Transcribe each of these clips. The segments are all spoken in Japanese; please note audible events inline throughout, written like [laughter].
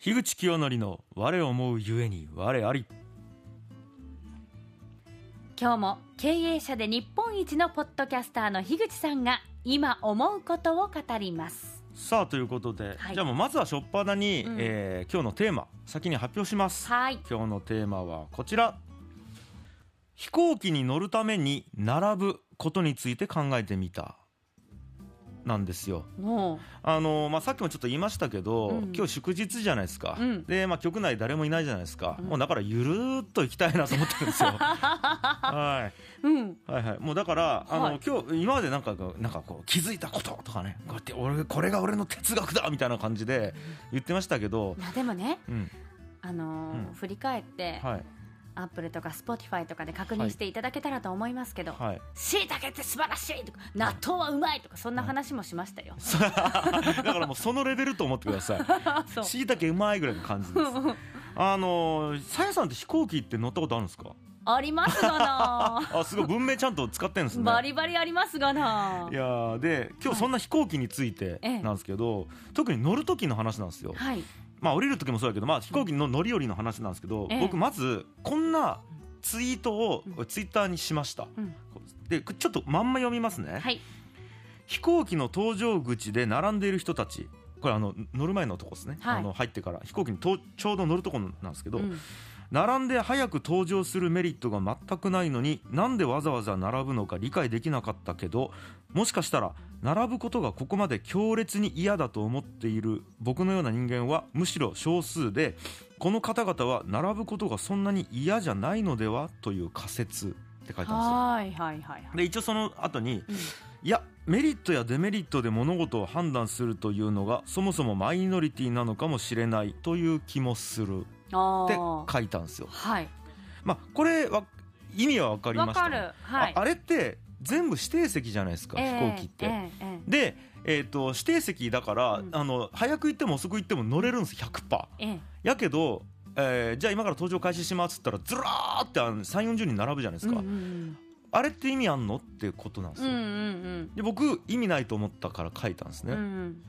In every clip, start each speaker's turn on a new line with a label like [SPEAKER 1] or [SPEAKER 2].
[SPEAKER 1] 樋口清則の「我思うゆえに我あり
[SPEAKER 2] 今日も経営者で日本一のポッドキャスターの樋口さんが今思うことを語ります」
[SPEAKER 1] さあということで、
[SPEAKER 2] はい
[SPEAKER 1] じゃあもうまずは初っ端に、
[SPEAKER 2] うん
[SPEAKER 1] えー今日のテーマ先に発表します
[SPEAKER 2] はい
[SPEAKER 1] 今日のテーマはこちら飛行機に乗るために並ぶことについて考えてみたなんですよ
[SPEAKER 2] も
[SPEAKER 1] あのまあ、さっきもちょっと言いましたけど、
[SPEAKER 2] うん
[SPEAKER 1] 今日祝日じゃないですか、
[SPEAKER 2] うん
[SPEAKER 1] でまあ、局内誰もいないじゃないですか、
[SPEAKER 2] うん
[SPEAKER 1] もうだからゆるーっと行きたいなと思ってるん
[SPEAKER 2] [laughs]
[SPEAKER 1] ですよ。はいう
[SPEAKER 2] うん
[SPEAKER 1] はいはい、もうだから、あの、
[SPEAKER 2] はい
[SPEAKER 1] 今日、今までなんか、なんかこう、気づいたこととかね。こうやって、俺、これが俺の哲学だみたいな感じで、言ってましたけど
[SPEAKER 2] い。やでもね
[SPEAKER 1] うん、
[SPEAKER 2] あのー
[SPEAKER 1] うん
[SPEAKER 2] 振り返って、
[SPEAKER 1] はい、
[SPEAKER 2] アップルとかスポティファイとかで確認していただけたらと思いますけど、
[SPEAKER 1] はい。 [laughs]
[SPEAKER 2] しいたけって素晴らしいとか納豆はうまいとかそんな話もしましたよ、
[SPEAKER 1] だから、もう、そのレベルと思ってください。
[SPEAKER 2] [laughs] そう
[SPEAKER 1] しいたけうまいぐらいの感
[SPEAKER 2] [laughs]
[SPEAKER 1] じです。あの、さやさんって飛行機って乗ったことあるんですか。
[SPEAKER 2] ありますがな
[SPEAKER 1] あ、すごい、文明ちゃんと使ってんですね。
[SPEAKER 2] バリバリありますがない
[SPEAKER 1] やーで今日そんな飛行機について
[SPEAKER 2] ええ
[SPEAKER 1] なんですけど、特に乗る時の話なんですよ、
[SPEAKER 2] はい
[SPEAKER 1] まあ、降りる時もそうだけど、まあ、飛行機の乗り降りの話なんですけど、
[SPEAKER 2] ええ
[SPEAKER 1] 僕まずこんなツイートを
[SPEAKER 2] う
[SPEAKER 1] ツイッターにしました、
[SPEAKER 2] うん
[SPEAKER 1] でちょっとまんま読みますね、
[SPEAKER 2] はい
[SPEAKER 1] 飛行機の搭乗口で並んでいる人たちこれあの乗る前のとこですね、
[SPEAKER 2] はい
[SPEAKER 1] あの入ってから飛行機にとちょうど乗るとこなんですけど、
[SPEAKER 2] うん
[SPEAKER 1] 並んで早く登場するメリットが全くないのになんでわざわざ並ぶのか理解できなかったけどもしかしたら並ぶことがここまで強烈に嫌だと思っている僕のような人間はむしろ少数でこの方々は並ぶことがそんなに嫌じゃないのではという仮説って書いてますよ。
[SPEAKER 2] はーいはいはいはい
[SPEAKER 1] で一応その後に
[SPEAKER 2] うん
[SPEAKER 1] いやメリットやデメリットで物事を判断するというのがそもそもマイノリティなのかもしれないという気もする
[SPEAKER 2] あ
[SPEAKER 1] って
[SPEAKER 2] ー
[SPEAKER 1] 書いたんですよ。
[SPEAKER 2] はい
[SPEAKER 1] まあ、これは意味は分かりまし
[SPEAKER 2] わ
[SPEAKER 1] た
[SPEAKER 2] か
[SPEAKER 1] ね、
[SPEAKER 2] るはい
[SPEAKER 1] ああれって全部指定席じゃないですか、
[SPEAKER 2] ええ
[SPEAKER 1] 飛行機って。
[SPEAKER 2] ええええ
[SPEAKER 1] で、えー、と指定席だから、
[SPEAKER 2] うん
[SPEAKER 1] あの早く行っても遅く行っても乗れるんです100%。
[SPEAKER 2] ええ
[SPEAKER 1] やけど、えーじゃあ今から登場開始しますっつったらずらーって3 4 0人並ぶじゃないですか、
[SPEAKER 2] うんうん
[SPEAKER 1] あれって意味あんのってことなんで
[SPEAKER 2] う
[SPEAKER 1] す
[SPEAKER 2] んう
[SPEAKER 1] よ。
[SPEAKER 2] ん
[SPEAKER 1] で僕意味ないと思ったから書いたんです
[SPEAKER 2] うんう
[SPEAKER 1] ね、
[SPEAKER 2] んうん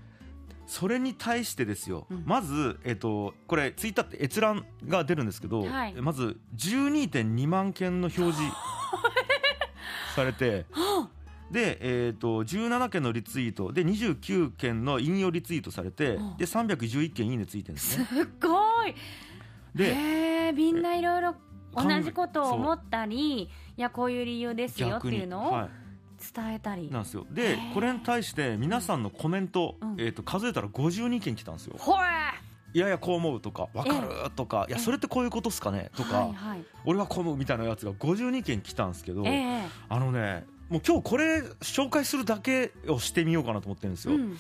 [SPEAKER 1] それに対してですよ、
[SPEAKER 2] うん
[SPEAKER 1] まず、えっとこれツイッターって閲覧が出るんですけど、
[SPEAKER 2] はい
[SPEAKER 1] まず12.2万件の表
[SPEAKER 2] [laughs]
[SPEAKER 1] 示されてで、えっと17件のリツイートで29件の引用リツイートされて
[SPEAKER 2] うん
[SPEAKER 1] で311件いいねついてるんです
[SPEAKER 2] す
[SPEAKER 1] ね。
[SPEAKER 2] っごい
[SPEAKER 1] で
[SPEAKER 2] へえみんないろいろ
[SPEAKER 1] え
[SPEAKER 2] 同じことを思ったりいやこういう理由ですよって
[SPEAKER 1] 逆に
[SPEAKER 2] いうの
[SPEAKER 1] は
[SPEAKER 2] を伝えたり、
[SPEAKER 1] い、なんですよで
[SPEAKER 2] へー
[SPEAKER 1] これに対して皆さんのコメント、
[SPEAKER 2] うん
[SPEAKER 1] えっと数えたら52件来たんですよ。
[SPEAKER 2] ほえ
[SPEAKER 1] いやいやこう思うとかわかるとかいやそれってこういうことっすかねとか、
[SPEAKER 2] はいはい、
[SPEAKER 1] 俺はこう思うみたいなやつが52件来たんですけど、
[SPEAKER 2] ええ
[SPEAKER 1] あのねもう今日これ紹介するだけをしてみようかなと思ってるんですよ、
[SPEAKER 2] うん、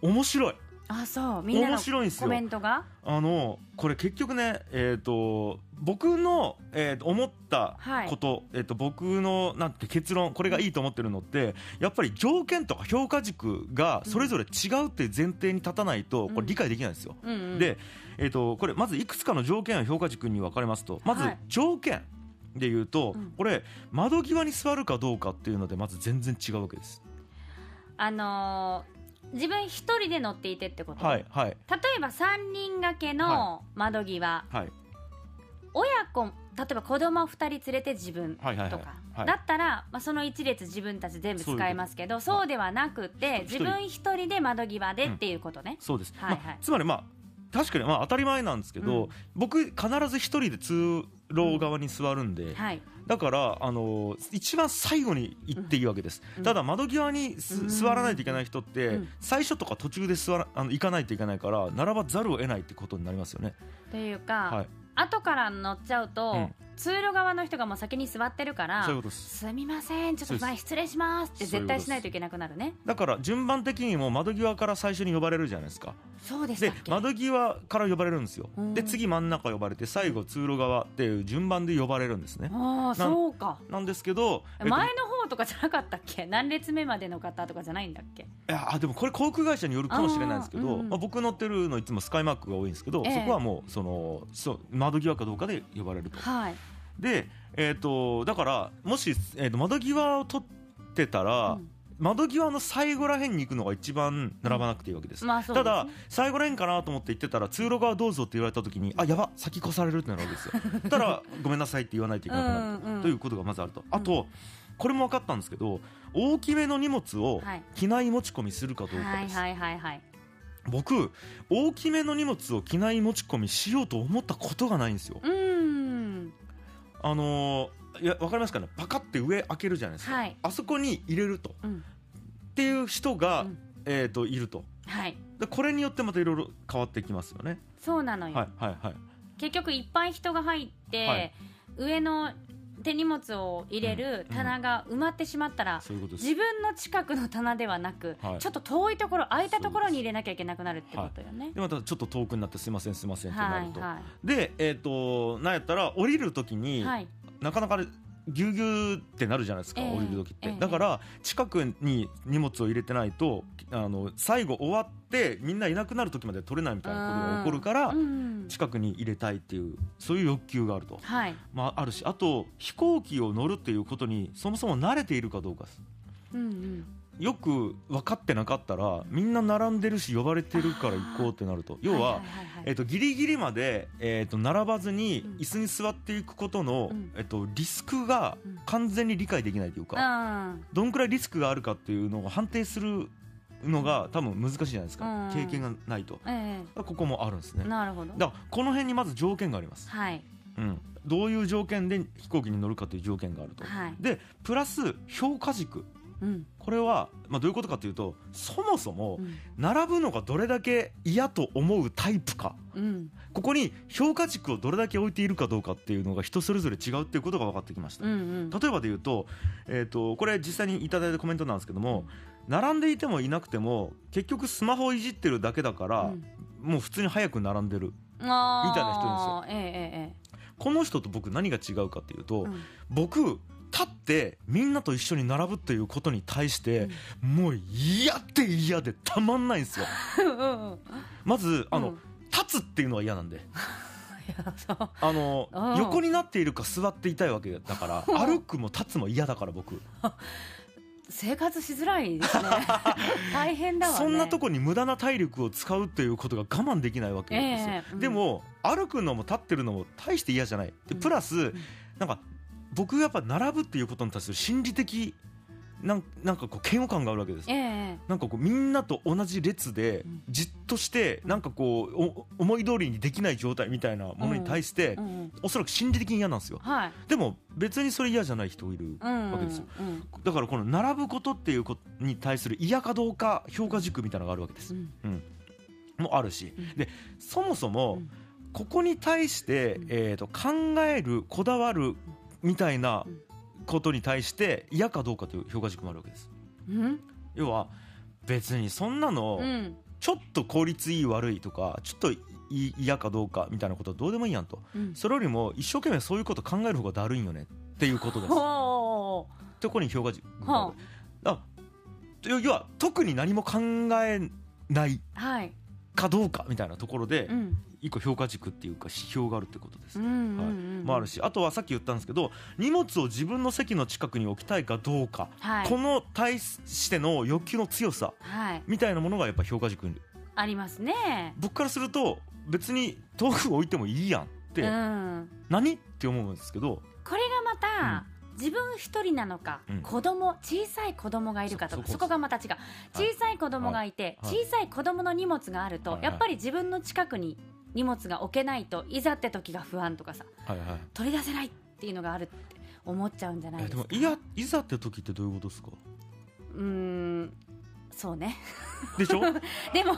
[SPEAKER 1] 面白い
[SPEAKER 2] あそうみんな
[SPEAKER 1] 面
[SPEAKER 2] の
[SPEAKER 1] 白いんです
[SPEAKER 2] コ
[SPEAKER 1] よ
[SPEAKER 2] メントが
[SPEAKER 1] あのこれ結局ねえっ、と僕の、えーと思った
[SPEAKER 2] はい
[SPEAKER 1] こと、えー、と僕のなんて結論これがいいと思ってるのってやっぱり条件とか評価軸がそれぞれ違うっていう前提に立たないとこれ理解できないんですよ、
[SPEAKER 2] うんうん、
[SPEAKER 1] で、えー、とこれまずいくつかの条件や評価軸に分かれますとまず
[SPEAKER 2] はい
[SPEAKER 1] 条件で言うと、
[SPEAKER 2] うん
[SPEAKER 1] これ窓際に座るかどうかっていうのでまず全然違うわけです。
[SPEAKER 2] あのー自分一人で乗っていてってこと、
[SPEAKER 1] はいはい
[SPEAKER 2] 例えば三人掛け
[SPEAKER 1] は
[SPEAKER 2] の窓際、
[SPEAKER 1] はい
[SPEAKER 2] 親子例えば子供二人連れて自分
[SPEAKER 1] はいはい
[SPEAKER 2] と
[SPEAKER 1] はい
[SPEAKER 2] か、
[SPEAKER 1] はい
[SPEAKER 2] だったら、まあ、その一列自分たち全部使えますけどそうではなくて
[SPEAKER 1] 一
[SPEAKER 2] 自
[SPEAKER 1] 人
[SPEAKER 2] 分一人で窓際でっていうことね、
[SPEAKER 1] そうです、
[SPEAKER 2] はいはい
[SPEAKER 1] まあつまりまあ確かにまあ当たり前なんですけど、
[SPEAKER 2] うん
[SPEAKER 1] 僕必ず一人で通路側に座るんで、
[SPEAKER 2] はい
[SPEAKER 1] だから、あのー一番最後に行っていいわけです、
[SPEAKER 2] うん
[SPEAKER 1] ただ窓際にす
[SPEAKER 2] うん
[SPEAKER 1] 座らないといけない人って、
[SPEAKER 2] うん
[SPEAKER 1] 最初とか途中で座らあの行かないといけないから並ばざるを得ないってことになりますよね。
[SPEAKER 2] というか、
[SPEAKER 1] はい
[SPEAKER 2] 後から乗っちゃうと、
[SPEAKER 1] うん
[SPEAKER 2] 通路側の人がもう先に座ってるから
[SPEAKER 1] そういうことです
[SPEAKER 2] すみませんちょっと前失礼しますって
[SPEAKER 1] そういうことで
[SPEAKER 2] 絶対
[SPEAKER 1] す
[SPEAKER 2] しないといけなくなるね
[SPEAKER 1] だから順番的にも窓際から最初に呼ばれるじゃないですか
[SPEAKER 2] そうでした
[SPEAKER 1] で
[SPEAKER 2] っけ、
[SPEAKER 1] 窓際から呼ばれるんですよ
[SPEAKER 2] うん
[SPEAKER 1] で次真ん中呼ばれて最後通路側っていう順番で呼ばれるんですね
[SPEAKER 2] ああそうか
[SPEAKER 1] なんですけど、えっと
[SPEAKER 2] 前の方とかじゃなかったっけ何列目までの方とかじゃないんだっけ
[SPEAKER 1] いやあでもこれ航空会社によるかもしれないんですけ
[SPEAKER 2] あー
[SPEAKER 1] ど、
[SPEAKER 2] うんうん
[SPEAKER 1] まあ、僕乗ってるのいつもスカイマークが多いんですけど、
[SPEAKER 2] ええ
[SPEAKER 1] そこはもうそのそう窓際かどうかで呼ばれると
[SPEAKER 2] はい
[SPEAKER 1] で、えっとだからもし、えっと窓際を取ってたら、
[SPEAKER 2] うん
[SPEAKER 1] 窓際の最後らへんに行くのが一番並ばなくていいわけです、
[SPEAKER 2] まあそうで
[SPEAKER 1] た
[SPEAKER 2] すね
[SPEAKER 1] だ最後らへんかなと思って行ってたら通路側どうぞって言われた時にあやば先越されるってなるわけですよ
[SPEAKER 2] [laughs]
[SPEAKER 1] たらごめんなさいって言わないといけなくなると,、
[SPEAKER 2] うんうん
[SPEAKER 1] ということがまずあるとあと、これも分かったんですけど大きめの荷物を
[SPEAKER 2] はい
[SPEAKER 1] 機内持ち込みするかどうかです、
[SPEAKER 2] はいはいはいはい
[SPEAKER 1] 僕大きめの荷物を機内持ち込みしようと思ったことがないんですよ
[SPEAKER 2] うーん
[SPEAKER 1] あのーいや分かりますかねパカって上開けるじゃないですか、
[SPEAKER 2] はい
[SPEAKER 1] あそこに入れるとっ
[SPEAKER 2] うん
[SPEAKER 1] ていう人が、
[SPEAKER 2] うん
[SPEAKER 1] えー、といると
[SPEAKER 2] はい
[SPEAKER 1] でこれによってまたいろいろ変わってきますよね、
[SPEAKER 2] そうなのよ、
[SPEAKER 1] はいはいはい
[SPEAKER 2] 結局いっぱい人が入って、
[SPEAKER 1] はい
[SPEAKER 2] 上の手荷物を入れる
[SPEAKER 1] うん
[SPEAKER 2] 棚が埋まってしまったら、
[SPEAKER 1] そういうことです
[SPEAKER 2] 自分の近くの棚ではなく、
[SPEAKER 1] はい
[SPEAKER 2] ちょっと遠いところ空いたところに入れなきゃいけなくなるってことよね。
[SPEAKER 1] でまたちょっと遠くになってすいませんすいませんって
[SPEAKER 2] は
[SPEAKER 1] ないると、
[SPEAKER 2] は
[SPEAKER 1] でえっ、となんやったら降りる時
[SPEAKER 2] い
[SPEAKER 1] に、
[SPEAKER 2] はい
[SPEAKER 1] なかなかあれぎゅうぎゅうってなるじゃないですか、
[SPEAKER 2] ええ
[SPEAKER 1] 降りる時って、
[SPEAKER 2] ええ
[SPEAKER 1] だから近くに荷物を入れてないとあの最後終わってみんないなくなる時まで取れないみたいなことが起こるから、
[SPEAKER 2] うん
[SPEAKER 1] 近くに入れたいっていうそういう欲求があると、
[SPEAKER 2] はい
[SPEAKER 1] まあ、あるしあと飛行機を乗るっていうことにそもそも慣れているかどうかです
[SPEAKER 2] うんうん
[SPEAKER 1] よく分かってなかったらみんな並んでるし呼ばれてるから行こうってなると要は、
[SPEAKER 2] いいはいはい
[SPEAKER 1] えっとギリギリまで、えっと並ばずに
[SPEAKER 2] うん
[SPEAKER 1] 椅子に座っていくことの、
[SPEAKER 2] うん
[SPEAKER 1] えっとリスクが
[SPEAKER 2] うん
[SPEAKER 1] 完全に理解できないというか、
[SPEAKER 2] うん
[SPEAKER 1] どんくらいリスクがあるかっていうのを判定するのが多分難しいじゃないですか、
[SPEAKER 2] うん
[SPEAKER 1] 経験がないと
[SPEAKER 2] え
[SPEAKER 1] ここもあるんです
[SPEAKER 2] え
[SPEAKER 1] ね
[SPEAKER 2] なるほど
[SPEAKER 1] だからこの辺にまず条件があります、
[SPEAKER 2] はい
[SPEAKER 1] うん、どういう条件で飛行機に乗るかという条件があると、
[SPEAKER 2] はい
[SPEAKER 1] でプラス評価軸
[SPEAKER 2] うん
[SPEAKER 1] これは、まあ、どういうことかというとそもそも
[SPEAKER 2] うん
[SPEAKER 1] 並ぶのがどれだけ嫌と思うタイプか
[SPEAKER 2] うん
[SPEAKER 1] ここに評価軸をどれだけ置いているかどうかっていうのが人それぞれ違うっていうことが分かってきました、
[SPEAKER 2] うんうん
[SPEAKER 1] 例えばで言うと,、えー、とこれ実際にいただいたコメントなんですけども並んでいてもいなくても結局スマホいじってるだけだから、
[SPEAKER 2] うん
[SPEAKER 1] もう普通に早く並んでる
[SPEAKER 2] あー
[SPEAKER 1] みたいな
[SPEAKER 2] えええ
[SPEAKER 1] この人と僕何が違うかっていうと、
[SPEAKER 2] えええうん
[SPEAKER 1] 僕立ってみんなと一緒に並ぶっていうことに対して、もう嫌って嫌でたまんないんですよ
[SPEAKER 2] うんうん
[SPEAKER 1] まずあの、
[SPEAKER 2] うん
[SPEAKER 1] 立つっていうのは嫌なんで
[SPEAKER 2] いやそう
[SPEAKER 1] あの
[SPEAKER 2] うん
[SPEAKER 1] 横になっているか座っていたいわけだ
[SPEAKER 2] [laughs]
[SPEAKER 1] から歩くも立つも嫌だから僕
[SPEAKER 2] 生活しづらいです
[SPEAKER 1] [laughs]
[SPEAKER 2] ね大変だわね
[SPEAKER 1] そんなとこに無駄な体力を使うっていうことが我慢できないわけなんですよ、
[SPEAKER 2] ええうん
[SPEAKER 1] でも歩くのも立ってるのも大して嫌じゃないで
[SPEAKER 2] うん
[SPEAKER 1] プラス、なんか僕がやっぱ並ぶっていうことに対する心理的なんなんかこう嫌悪感があるわけです
[SPEAKER 2] ええ
[SPEAKER 1] なんかこうみんなと同じ列で
[SPEAKER 2] うん
[SPEAKER 1] じっとしてなんかこうお思い通りにできない状態みたいなものに対して
[SPEAKER 2] ええうんうん
[SPEAKER 1] おそらく心理的に嫌なんですよ
[SPEAKER 2] はい
[SPEAKER 1] でも別にそれ嫌じゃない人いる
[SPEAKER 2] うん
[SPEAKER 1] わけですよ
[SPEAKER 2] うん
[SPEAKER 1] だからこの並ぶことっていうことに対する嫌かどうか評価軸みたいなのがあるわけです
[SPEAKER 2] うん
[SPEAKER 1] もあるし
[SPEAKER 2] うん
[SPEAKER 1] でそもそも
[SPEAKER 2] うん
[SPEAKER 1] ここに対して
[SPEAKER 2] うん
[SPEAKER 1] えーと考えるこだわるみたいな
[SPEAKER 2] うん
[SPEAKER 1] ことに対して嫌かどうかという評価軸もあるわけです
[SPEAKER 2] うん
[SPEAKER 1] 要は別にそんなの
[SPEAKER 2] うん
[SPEAKER 1] ちょっと効率いい悪いとかちょっといい嫌かどうかみたいなことはどうでもいいやんと
[SPEAKER 2] うん
[SPEAKER 1] それよりも一生懸命そういうこと考える方がだるいんよねっていうことです
[SPEAKER 2] ほお
[SPEAKER 1] ところに評価軸
[SPEAKER 2] ー
[SPEAKER 1] があ
[SPEAKER 2] ほ
[SPEAKER 1] るあ要要は特に何も考えない
[SPEAKER 2] はい
[SPEAKER 1] かどうかみたいなところで
[SPEAKER 2] うん
[SPEAKER 1] 一個評価軸っていうか指標があるってことで
[SPEAKER 2] う
[SPEAKER 1] す
[SPEAKER 2] んう。んうんうん
[SPEAKER 1] もあるしあとはさっき言ったんですけど荷物を自分の席の近くに置きたいかどうか、
[SPEAKER 2] はい
[SPEAKER 1] この対しての欲求の強さ
[SPEAKER 2] はい
[SPEAKER 1] みたいなものがやっぱ評価軸に
[SPEAKER 2] ありますね
[SPEAKER 1] 僕からすると別に遠く置いてもいいやんって、
[SPEAKER 2] うん
[SPEAKER 1] 何って思うんですけど
[SPEAKER 2] これがまた、自分一人なのか、
[SPEAKER 1] うん
[SPEAKER 2] 子供小さい子供がいるかとか
[SPEAKER 1] そ
[SPEAKER 2] そ
[SPEAKER 1] そこ
[SPEAKER 2] こがまた違う
[SPEAKER 1] い
[SPEAKER 2] 小さい子供がいて、
[SPEAKER 1] はいはい
[SPEAKER 2] 小さい子供の荷物があると、
[SPEAKER 1] はいはい
[SPEAKER 2] やっぱり自分の近くに荷物が置けないといざって時が不安とかさ
[SPEAKER 1] はいはい
[SPEAKER 2] 取り出せないっていうのがあるって思っちゃうんじゃない
[SPEAKER 1] え
[SPEAKER 2] で
[SPEAKER 1] です
[SPEAKER 2] か
[SPEAKER 1] もいやいざって時ってどういうことですか
[SPEAKER 2] うーんそうね [laughs]
[SPEAKER 1] でしょはい
[SPEAKER 2] でも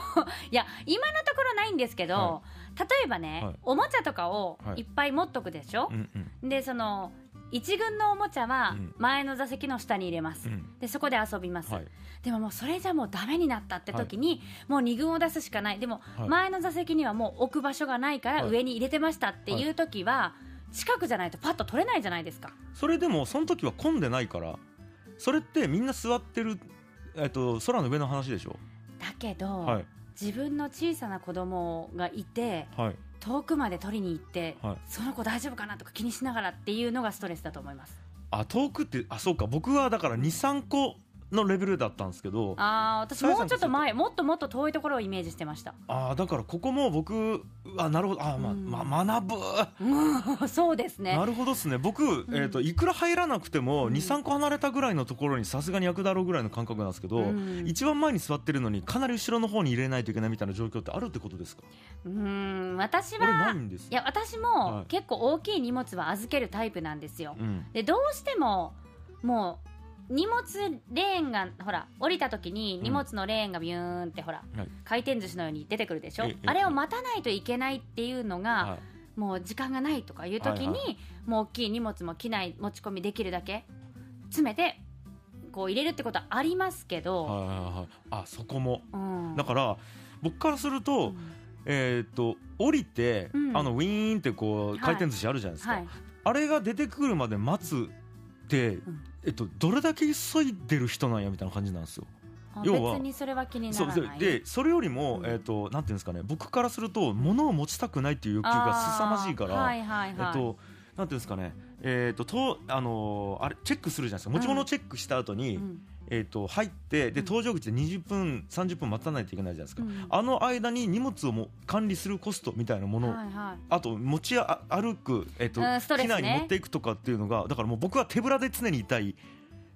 [SPEAKER 2] いや今のところないんですけど、
[SPEAKER 1] は
[SPEAKER 2] 例えばね、
[SPEAKER 1] はい
[SPEAKER 2] おもちゃとかを
[SPEAKER 1] はい
[SPEAKER 2] いっぱい持っとくでしょ
[SPEAKER 1] う、んうん
[SPEAKER 2] でその一軍のおもちゃは
[SPEAKER 1] うん
[SPEAKER 2] 前の座席の下に入れます、
[SPEAKER 1] うん
[SPEAKER 2] でそこで遊びます、
[SPEAKER 1] はい
[SPEAKER 2] でももうそれじゃもうダメになったって時に、もう2軍を出すしかないでも
[SPEAKER 1] はい
[SPEAKER 2] 前の座席にはもう置く場所がないから
[SPEAKER 1] はい
[SPEAKER 2] 上に入れてましたっていう時は近くじゃないとパッと取れないじゃないですか
[SPEAKER 1] それでもその時は混んでないからそれってみんな座ってるえっと空の上の話でしょ
[SPEAKER 2] だけど、
[SPEAKER 1] はい
[SPEAKER 2] 自分の小さな子供がいて
[SPEAKER 1] はい
[SPEAKER 2] 遠くまで取りに行って、
[SPEAKER 1] はい
[SPEAKER 2] その子大丈夫かなとか気にしながらっていうのがストレスだと思います
[SPEAKER 1] あ遠くってあそうか僕はだから23個のレベルだったんですけど
[SPEAKER 2] ああ私
[SPEAKER 1] さや
[SPEAKER 2] も
[SPEAKER 1] さ
[SPEAKER 2] うんちょっと前もっともっと遠いところをイメージしてました
[SPEAKER 1] ああだからここも僕あなるほどあー、まあ
[SPEAKER 2] うん
[SPEAKER 1] ま学ぶ、
[SPEAKER 2] うんそうですね
[SPEAKER 1] なるほどっすね僕、えー、といくら入らなくても
[SPEAKER 2] うん
[SPEAKER 1] 23個離れたぐらいのところにさすがに役だろうぐらいの感覚なんですけど、
[SPEAKER 2] うん
[SPEAKER 1] 一番前に座ってるのにかなり後ろの方に入れないといけないみたいな状況ってあるってことですか
[SPEAKER 2] うん私
[SPEAKER 1] 俺な
[SPEAKER 2] はい
[SPEAKER 1] んです
[SPEAKER 2] いや私
[SPEAKER 1] は
[SPEAKER 2] も
[SPEAKER 1] い
[SPEAKER 2] 結構大きい荷物は預けるタイプなんですよ、
[SPEAKER 1] うん
[SPEAKER 2] でどうしてももう荷物レーンがほら降りた時に
[SPEAKER 1] ん
[SPEAKER 2] 荷物のレーンがビューンってほら、
[SPEAKER 1] はい
[SPEAKER 2] 回転寿司のように出てくるでしょ
[SPEAKER 1] ええ
[SPEAKER 2] あれを待たないといけないっていうのが、
[SPEAKER 1] はい
[SPEAKER 2] もう時間がないとかいう時に、
[SPEAKER 1] はいは
[SPEAKER 2] もう大きい荷物も機内持ち込みできるだけ詰めてこう入れるってことはありますけど、
[SPEAKER 1] はいはいはいあそこも
[SPEAKER 2] うん
[SPEAKER 1] だから僕からすると,、
[SPEAKER 2] うん
[SPEAKER 1] えー、と降りて、
[SPEAKER 2] うん
[SPEAKER 1] あのウィーンってこ
[SPEAKER 2] は
[SPEAKER 1] う
[SPEAKER 2] い
[SPEAKER 1] 回転寿司あるじゃないですか、
[SPEAKER 2] はい、
[SPEAKER 1] あれが出てくるまで待つって、
[SPEAKER 2] ん
[SPEAKER 1] えっと、どれだけ急いでる人なんやみたいな感じなんですよ。
[SPEAKER 2] あ
[SPEAKER 1] 要は
[SPEAKER 2] 別にそれは気にな
[SPEAKER 1] そう
[SPEAKER 2] ら
[SPEAKER 1] そ
[SPEAKER 2] な
[SPEAKER 1] う
[SPEAKER 2] い
[SPEAKER 1] でそれよりも、
[SPEAKER 2] うん
[SPEAKER 1] えっとなんていうんですかね僕からすると物を持ちたくないっていう欲求が
[SPEAKER 2] あー
[SPEAKER 1] 凄まじいから、
[SPEAKER 2] はいはい
[SPEAKER 1] え
[SPEAKER 2] はい
[SPEAKER 1] っとなんていうんですかねえっととあのーあれチェックするじゃないですか持ち物をチェックした後に、
[SPEAKER 2] うん
[SPEAKER 1] えっと入ってで
[SPEAKER 2] うん
[SPEAKER 1] 搭乗口で20分30分待たないといけないじゃないですか、
[SPEAKER 2] うん
[SPEAKER 1] あの間に荷物をも管理するコストみたいなものを
[SPEAKER 2] はいはい
[SPEAKER 1] あと持ちあ歩く、えっと
[SPEAKER 2] うんストレス
[SPEAKER 1] 機
[SPEAKER 2] ね
[SPEAKER 1] 内に持っていくとかっていうのがだからもう僕は手ぶらで常にいたいっ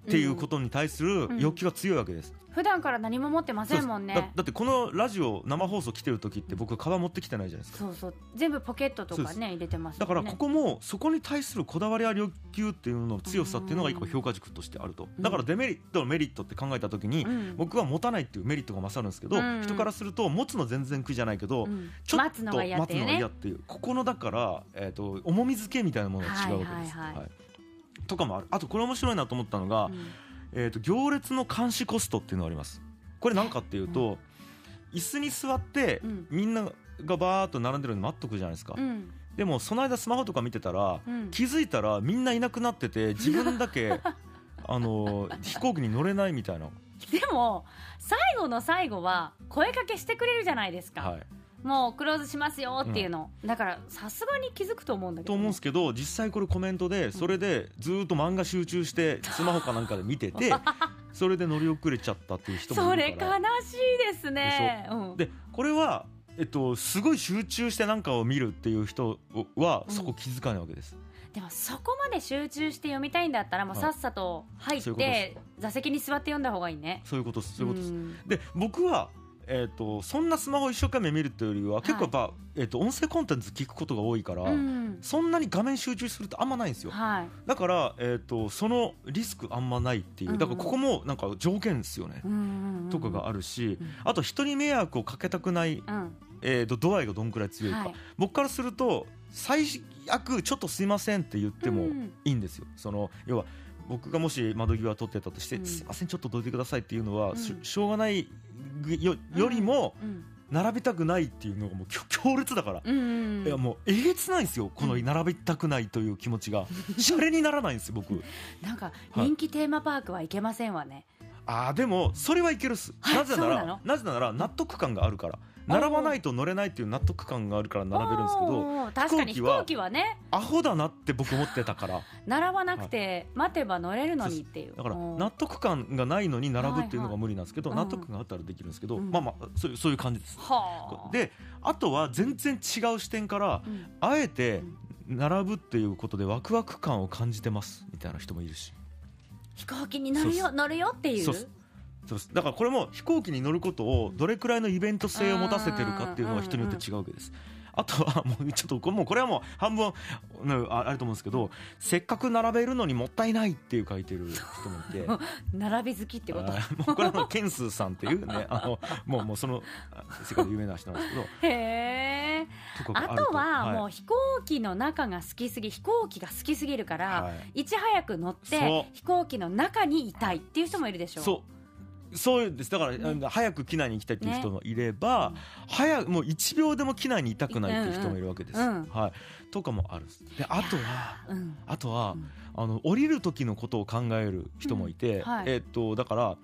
[SPEAKER 1] ていうことに対する
[SPEAKER 2] うん
[SPEAKER 1] 欲求が強いわけです。
[SPEAKER 2] 普段から何も持ってませんもん
[SPEAKER 1] そうで
[SPEAKER 2] ね
[SPEAKER 1] すだだってこのラジオ生放送来てる時って僕カバン持ってきてないじゃないですか。
[SPEAKER 2] そうそう全部ポケットと
[SPEAKER 1] そう
[SPEAKER 2] か
[SPEAKER 1] です
[SPEAKER 2] ね入れてます
[SPEAKER 1] だから
[SPEAKER 2] もんね
[SPEAKER 1] ここもそこに対するこだわりある欲求っていうのの強さっていうのが一個評価軸としてあると
[SPEAKER 2] うん
[SPEAKER 1] だからデメリットメリットって考えた時に
[SPEAKER 2] うん
[SPEAKER 1] 僕は持たないっていうメリットが勝るんですけど
[SPEAKER 2] うん
[SPEAKER 1] 人からすると持つの全然苦じゃないけど
[SPEAKER 2] うん
[SPEAKER 1] ちょっと
[SPEAKER 2] 待つのが嫌ってい
[SPEAKER 1] 待つ
[SPEAKER 2] う
[SPEAKER 1] のが
[SPEAKER 2] ね
[SPEAKER 1] 嫌っていうここのだから、えー、と重み付けみたいなものが違うわけです。
[SPEAKER 2] はいはいはい
[SPEAKER 1] とかもあるあとこれ面白いなと思ったのが、
[SPEAKER 2] うん
[SPEAKER 1] えー、と行列の監視コストっていうのがありますこれ何かっていうと、椅子に座って、
[SPEAKER 2] うん
[SPEAKER 1] みんながバーっと並んでるのに待っとくじゃないですか、
[SPEAKER 2] うん
[SPEAKER 1] でもその間スマホとか見てたら、
[SPEAKER 2] うん
[SPEAKER 1] 気づいたらみんないなくなってて自分だ
[SPEAKER 2] [laughs]
[SPEAKER 1] けあの飛行機に乗れないみたいな、
[SPEAKER 2] でも最後の最後は声かけしてくれるじゃないですか、
[SPEAKER 1] はい、
[SPEAKER 2] もうクローズしますよっていうの、だからさすがに気づくと思うんだけ
[SPEAKER 1] と
[SPEAKER 2] ど
[SPEAKER 1] 思
[SPEAKER 2] ね、
[SPEAKER 1] うんですけど実際これコメントでそれでずーっと漫画集中してスマホかなんかで見て [laughs] てそれで乗り遅れちゃったっていう人も
[SPEAKER 2] そ
[SPEAKER 1] い
[SPEAKER 2] れ
[SPEAKER 1] る
[SPEAKER 2] 悲
[SPEAKER 1] から
[SPEAKER 2] しいですねうん
[SPEAKER 1] でこれは、えっと、すごい集中してなんかを見るっていう人は
[SPEAKER 2] うん
[SPEAKER 1] そこ気づかないわけです、
[SPEAKER 2] でもそこまで集中して読みたいんだったらもう
[SPEAKER 1] はい
[SPEAKER 2] さっさと入っ
[SPEAKER 1] そういうこと
[SPEAKER 2] て座席に座って読んだ方がいいね
[SPEAKER 1] そういうことですそういうことです、
[SPEAKER 2] ん
[SPEAKER 1] で僕はえっとそんなスマホ一生懸命見るというよりは結構やっぱ、えっと音声コンテンツ聞くことが多いから、
[SPEAKER 2] うん
[SPEAKER 1] そんなに画面集中するってあんまないんですよ
[SPEAKER 2] はい
[SPEAKER 1] だから、えっとそのリスクあんまないっていうだからここもなんか条件ですよね、
[SPEAKER 2] うんうんうん
[SPEAKER 1] とかがあるし、
[SPEAKER 2] うん
[SPEAKER 1] あと人に迷惑をかけたくない、
[SPEAKER 2] うん
[SPEAKER 1] えー、と度合いがどんくらい強いか、
[SPEAKER 2] はい
[SPEAKER 1] 僕からすると最悪ちょっとすいませんって言っても
[SPEAKER 2] うん
[SPEAKER 1] いいんですよ、その要は僕がもし窓際取ってたとして、
[SPEAKER 2] うん
[SPEAKER 1] すいませんちょっとどいてくださいっていうのは、
[SPEAKER 2] うん
[SPEAKER 1] ししょうがないぐよよりも
[SPEAKER 2] うん
[SPEAKER 1] 並びたくないっていうのがもうきょ強烈だから、
[SPEAKER 2] うんうん
[SPEAKER 1] いやもうえげつないんですよこの
[SPEAKER 2] うん
[SPEAKER 1] 並びたくないという気持ち
[SPEAKER 2] [laughs]
[SPEAKER 1] が、シャレにならないんですよ僕
[SPEAKER 2] なんか人気テーマパークはいけませんわね、
[SPEAKER 1] あーでもそれはいけるっす
[SPEAKER 2] あ
[SPEAKER 1] なぜな
[SPEAKER 2] そうな
[SPEAKER 1] ら
[SPEAKER 2] の
[SPEAKER 1] なぜなら納得感があるから
[SPEAKER 2] おー
[SPEAKER 1] 並ばないと乗れないっていう納得感があるから並べるんですけど
[SPEAKER 2] おー確かに
[SPEAKER 1] 飛
[SPEAKER 2] 飛
[SPEAKER 1] 行機は
[SPEAKER 2] 行機はね
[SPEAKER 1] アホだなって僕思ってたから
[SPEAKER 2] 並ばなくて待てば乗れるのにっていう
[SPEAKER 1] だから
[SPEAKER 2] うん
[SPEAKER 1] 納得感がないのに並ぶっていうのが無理なんですけど
[SPEAKER 2] はいは
[SPEAKER 1] 納
[SPEAKER 2] い
[SPEAKER 1] 得感があったらできるんですけど
[SPEAKER 2] うん
[SPEAKER 1] まあまあそういうそういう感じです。
[SPEAKER 2] はあ
[SPEAKER 1] であとは全然違う視点から
[SPEAKER 2] うん
[SPEAKER 1] あえて並ぶっていうことでワクワク感を感じてますみたいな人もいるし
[SPEAKER 2] 飛行機に乗る
[SPEAKER 1] そうっ
[SPEAKER 2] よ乗るよっていう
[SPEAKER 1] そうっすそうですだからこれも飛行機に乗ることをどれくらいのイベント性を持たせてるかっていうのは人によって違うわけです。あとはもうちょっとこもうこれはもう半分うんああると思うんですけどせっかく並べるのにもったいないっていう書いてる人も [laughs] いて。
[SPEAKER 2] 並び好きってこと
[SPEAKER 1] あーもうこれはもうケンスーさんっていうねあのもうもうそのあ世界で有名な人なんですけど
[SPEAKER 2] へえ
[SPEAKER 1] とかが
[SPEAKER 2] あ
[SPEAKER 1] る
[SPEAKER 2] とはもう
[SPEAKER 1] い
[SPEAKER 2] 飛行機の中が好きすぎ飛行機が好きすぎるから、
[SPEAKER 1] はい、
[SPEAKER 2] いち早く乗っ
[SPEAKER 1] そう
[SPEAKER 2] て飛行機の中にいたいっていう人もいるでしょ
[SPEAKER 1] そうそういうですだから、
[SPEAKER 2] ね
[SPEAKER 1] 早く機内に行きたいっていう人もいれば、早くもう1秒でも機内にいたくないっていう人もいるわけです、
[SPEAKER 2] うんうん
[SPEAKER 1] はい、とかもあるんですであとは
[SPEAKER 2] うん
[SPEAKER 1] あとは、
[SPEAKER 2] うん
[SPEAKER 1] あの降りる時のことを考える人もいて、
[SPEAKER 2] うんはい
[SPEAKER 1] えっとだから、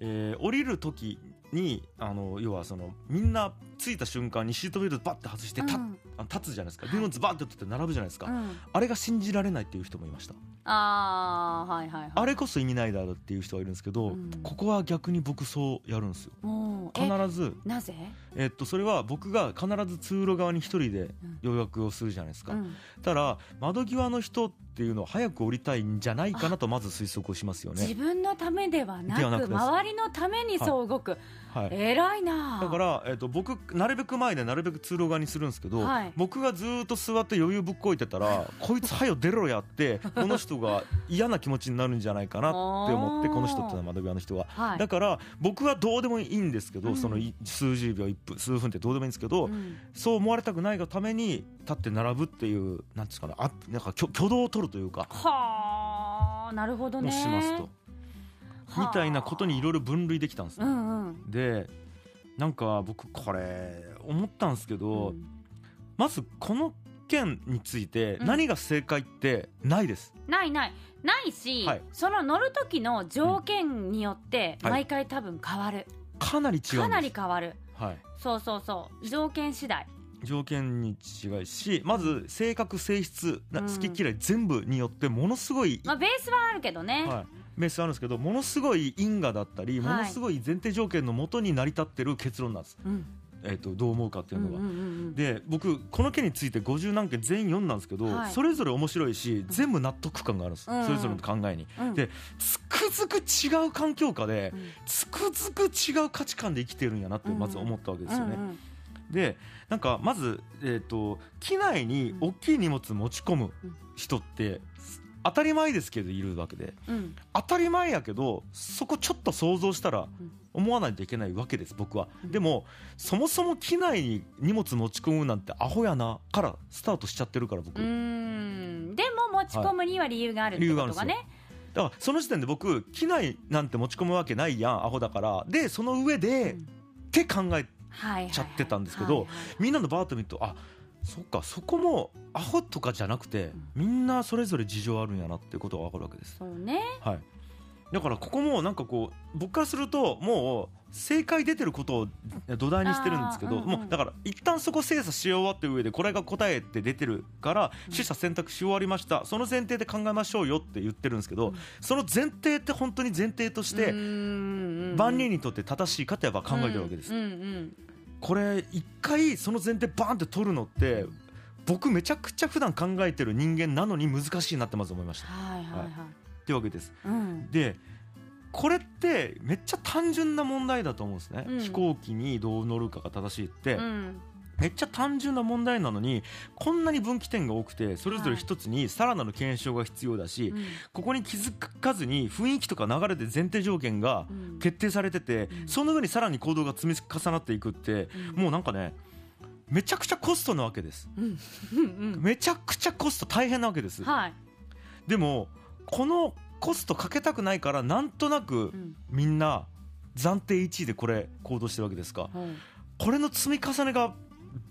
[SPEAKER 1] えー降りる時にあの要はそのみんな着いた瞬間にシートベルトバッて外して
[SPEAKER 2] うん
[SPEAKER 1] 立っあの立つじゃないですか
[SPEAKER 2] はい
[SPEAKER 1] 牛丼ズバッて取って並ぶじゃないですか、
[SPEAKER 2] うん、
[SPEAKER 1] あれが信じられないっていう人もいました
[SPEAKER 2] ああはいはいはい
[SPEAKER 1] あれこそ意味ないだろうっていう人がいるんですけど、
[SPEAKER 2] うん
[SPEAKER 1] ここは逆に僕そうやるんですよ
[SPEAKER 2] もう
[SPEAKER 1] 必
[SPEAKER 2] え
[SPEAKER 1] ず、
[SPEAKER 2] なぜ、
[SPEAKER 1] えっと、それは僕が必ず通路側に一人で
[SPEAKER 2] うん
[SPEAKER 1] 予約をするじゃないですか、
[SPEAKER 2] うん、
[SPEAKER 1] たら窓際の人っていうのは早く降りたいんじゃないかなとまず推測をしますよ
[SPEAKER 2] 自
[SPEAKER 1] ね、
[SPEAKER 2] 分のためではな
[SPEAKER 1] で
[SPEAKER 2] く
[SPEAKER 1] はなくです
[SPEAKER 2] 周りのためにそう動く、
[SPEAKER 1] はい、
[SPEAKER 2] 偉いな
[SPEAKER 1] だから、えっと、僕なるべく前でなるべく通路側にするんですけど、
[SPEAKER 2] はい
[SPEAKER 1] 僕がずーっと座って余裕ぶっこいてた
[SPEAKER 2] [laughs]
[SPEAKER 1] らこいつ早よ出ろやってこの人が嫌な気持ちになるんじゃないかなって思って
[SPEAKER 2] あー
[SPEAKER 1] この人ってのは窓際の人は。
[SPEAKER 2] はい
[SPEAKER 1] だから僕はどうでもいいんですけど、
[SPEAKER 2] うん
[SPEAKER 1] そのい数十秒1分数分ってどうでもいいんですけど、
[SPEAKER 2] うん
[SPEAKER 1] そう思われたくないがために立って並ぶっていうなんですかねあなんか挙挙動を取るというか
[SPEAKER 2] はあなるほど
[SPEAKER 1] も
[SPEAKER 2] ね
[SPEAKER 1] しますと、みたいなことにい
[SPEAKER 2] ろ
[SPEAKER 1] ろいろ分類できたんです、
[SPEAKER 2] うんうん
[SPEAKER 1] でなんか僕これ思ったんですけど、
[SPEAKER 2] うん
[SPEAKER 1] まずこの件について
[SPEAKER 2] うん
[SPEAKER 1] 何が正解ってないです、
[SPEAKER 2] ないないないし、
[SPEAKER 1] はい
[SPEAKER 2] その乗る時の条件によって
[SPEAKER 1] うんはい
[SPEAKER 2] 毎回多分変わる、
[SPEAKER 1] かなり違うんです
[SPEAKER 2] かなり変わる
[SPEAKER 1] はい、
[SPEAKER 2] そうそうそう条件次第
[SPEAKER 1] 条件に違いしまず性格性質な
[SPEAKER 2] うん
[SPEAKER 1] 好き嫌い全部によってものすごい、
[SPEAKER 2] まあベースはあるけどね、
[SPEAKER 1] はい、メスあるんですけどものすごい因果だったり
[SPEAKER 2] は
[SPEAKER 1] も
[SPEAKER 2] い
[SPEAKER 1] のすごい前提条件のもとに成り立ってる結論なんです、
[SPEAKER 2] うん
[SPEAKER 1] えー、とどう思うかっていうのが。
[SPEAKER 2] うんうんうんうん
[SPEAKER 1] で僕この件について50何件全員読んだんですけど、
[SPEAKER 2] はい
[SPEAKER 1] それぞれ面白いし全部納得感があるんです、
[SPEAKER 2] うん
[SPEAKER 1] それぞれの考えに。
[SPEAKER 2] うん
[SPEAKER 1] でつくづく違う環境下で
[SPEAKER 2] うん
[SPEAKER 1] つくづく違う価値観で生きてるんやなってまず思ったわけですよね。
[SPEAKER 2] うんうん
[SPEAKER 1] でなんかまず、えー、と機内に大きい荷物持ち込む
[SPEAKER 2] うん
[SPEAKER 1] 人って当たり前ですけどいるわけで
[SPEAKER 2] うん
[SPEAKER 1] 当たり前やけどそこちょっと想像したら
[SPEAKER 2] ん
[SPEAKER 1] 思わないといけないわけです僕は
[SPEAKER 2] うん
[SPEAKER 1] でもそもそも機内に荷物持ち込むなんてアホやなからスタートしちゃってるから僕
[SPEAKER 2] うーんでも持ち込むには理由があるってことがね、
[SPEAKER 1] だからその時点で僕機内なんて持ち込むわけないやんアホだからでその上で、
[SPEAKER 2] うん
[SPEAKER 1] って考え
[SPEAKER 2] はいはいはい
[SPEAKER 1] ちゃってたんですけど
[SPEAKER 2] はいはい
[SPEAKER 1] みんなのバーッと見るとあそっかそこもアホとかじゃなくて
[SPEAKER 2] ん
[SPEAKER 1] みんなそれぞれ事情あるんやなっていうことが分かるわけです、
[SPEAKER 2] そうね
[SPEAKER 1] はい、だからここもなんかこう僕からするともう正解出てることを土台にしてるんですけど、
[SPEAKER 2] あーうんうん
[SPEAKER 1] もうだから一旦そこ精査し終わった上でこれが答えって出てるから
[SPEAKER 2] うん
[SPEAKER 1] 取捨選択し終わりましたその前提で考えましょうよって言ってるんですけど、
[SPEAKER 2] うん
[SPEAKER 1] その前提って本当に前提とし
[SPEAKER 2] う
[SPEAKER 1] て
[SPEAKER 2] ーん
[SPEAKER 1] 万人にとって正しいかといえば考えてるわけです
[SPEAKER 2] うんうん
[SPEAKER 1] これ一回その前提バーンって取るのって僕めちゃくちゃ普段考えてる人間なのに難しいなってまず思いましたっ
[SPEAKER 2] はいはいはい、
[SPEAKER 1] ていうわけです
[SPEAKER 2] うん
[SPEAKER 1] でこれってめっちゃ単純な問題だと思うんですね、
[SPEAKER 2] うん
[SPEAKER 1] 飛行機にどう乗るかが正しいって、
[SPEAKER 2] うん
[SPEAKER 1] めっちゃ単純な問題なのにこんなに分岐点が多くてそれぞれ一つにさらなる検証が必要だし、
[SPEAKER 2] うん
[SPEAKER 1] ここに気づかずに雰囲気とか流れで前提条件が
[SPEAKER 2] うん
[SPEAKER 1] 決定されてて、
[SPEAKER 2] うん
[SPEAKER 1] その上にさらに行動が積み重なっていくってもうなんかねめちゃくちゃコストなわけです
[SPEAKER 2] うんうん
[SPEAKER 1] めちゃくちゃコスト大変なわけで
[SPEAKER 2] う
[SPEAKER 1] す
[SPEAKER 2] んはい
[SPEAKER 1] でもこのコストかけたくないからなんとなく
[SPEAKER 2] うん
[SPEAKER 1] みんな暫定1位でこれ行動してるわけですか
[SPEAKER 2] はい
[SPEAKER 1] これの積み重ねが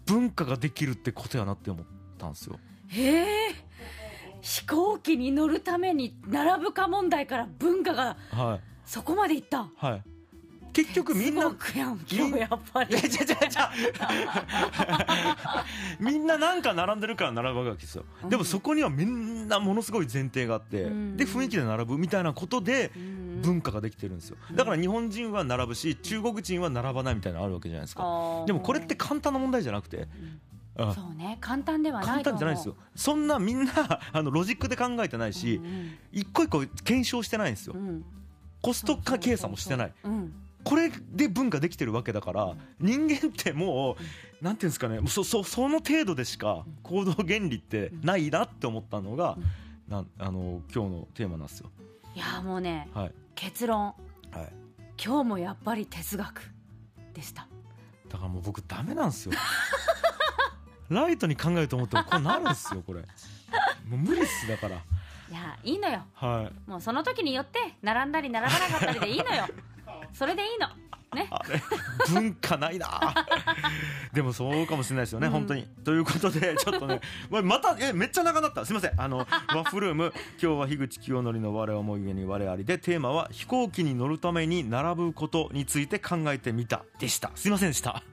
[SPEAKER 1] 文化ができるってことやなって思ったんですよ
[SPEAKER 2] へえ飛行機に乗るために並ぶか問題から文化が
[SPEAKER 1] はい
[SPEAKER 2] そこまでいった
[SPEAKER 1] はい結局みんな
[SPEAKER 2] すごくやん今日やっぱ
[SPEAKER 1] い
[SPEAKER 2] り
[SPEAKER 1] や違う違う違う [laughs] みんななんか並んでるから並ぶわけですよでもそこにはみんなものすごい前提があってで
[SPEAKER 2] うん
[SPEAKER 1] 雰囲気で並ぶみたいなことで
[SPEAKER 2] うん
[SPEAKER 1] 文化ができてるんですよだから日本人は並ぶし中国人は並ばないみたいなのあるわけじゃないですか
[SPEAKER 2] あー
[SPEAKER 1] でもこれって簡単な問題じゃなくて
[SPEAKER 2] うん
[SPEAKER 1] うん
[SPEAKER 2] そうね簡単ではな
[SPEAKER 1] 簡
[SPEAKER 2] いと思
[SPEAKER 1] 単じゃな
[SPEAKER 2] う
[SPEAKER 1] いですよそんなみんな [laughs] あのロジックで考えてないし
[SPEAKER 2] うん
[SPEAKER 1] 一個一個検証してないんですよ
[SPEAKER 2] うんうん
[SPEAKER 1] コスト化計算もしてない
[SPEAKER 2] そうそうそう
[SPEAKER 1] これで文化できてるわけだから人間ってもうなんていうんですかねもうそそその程度でしか行動原理ってないなって思ったのがなんあの今日のテーマなんですよ。
[SPEAKER 2] うんいやもうね
[SPEAKER 1] はい
[SPEAKER 2] 結論
[SPEAKER 1] はい、
[SPEAKER 2] 今日もやっぱり哲学でした
[SPEAKER 1] だからもう僕ダメなんですよ。 [laughs] ライトに考えると思ってもこうなるんですよこれ。もう無理っすだから。
[SPEAKER 2] いやいいのよ
[SPEAKER 1] はい。
[SPEAKER 2] もうその時によって並んだり並ばなかったりでいい
[SPEAKER 1] [laughs]
[SPEAKER 2] のよそれでいいのね
[SPEAKER 1] あれ [laughs] 文化ないなでもそうかもしれないですよね、
[SPEAKER 2] うん
[SPEAKER 1] 本当にということで [laughs] ちょっとねままたえめっちゃ長なったすいません
[SPEAKER 2] [laughs]
[SPEAKER 1] あのワッフルーム今日は樋口清則の「我思いゆえに我ありで」テーマは「飛行機に乗るために並ぶことについて考えてみた」でしたすいませんでした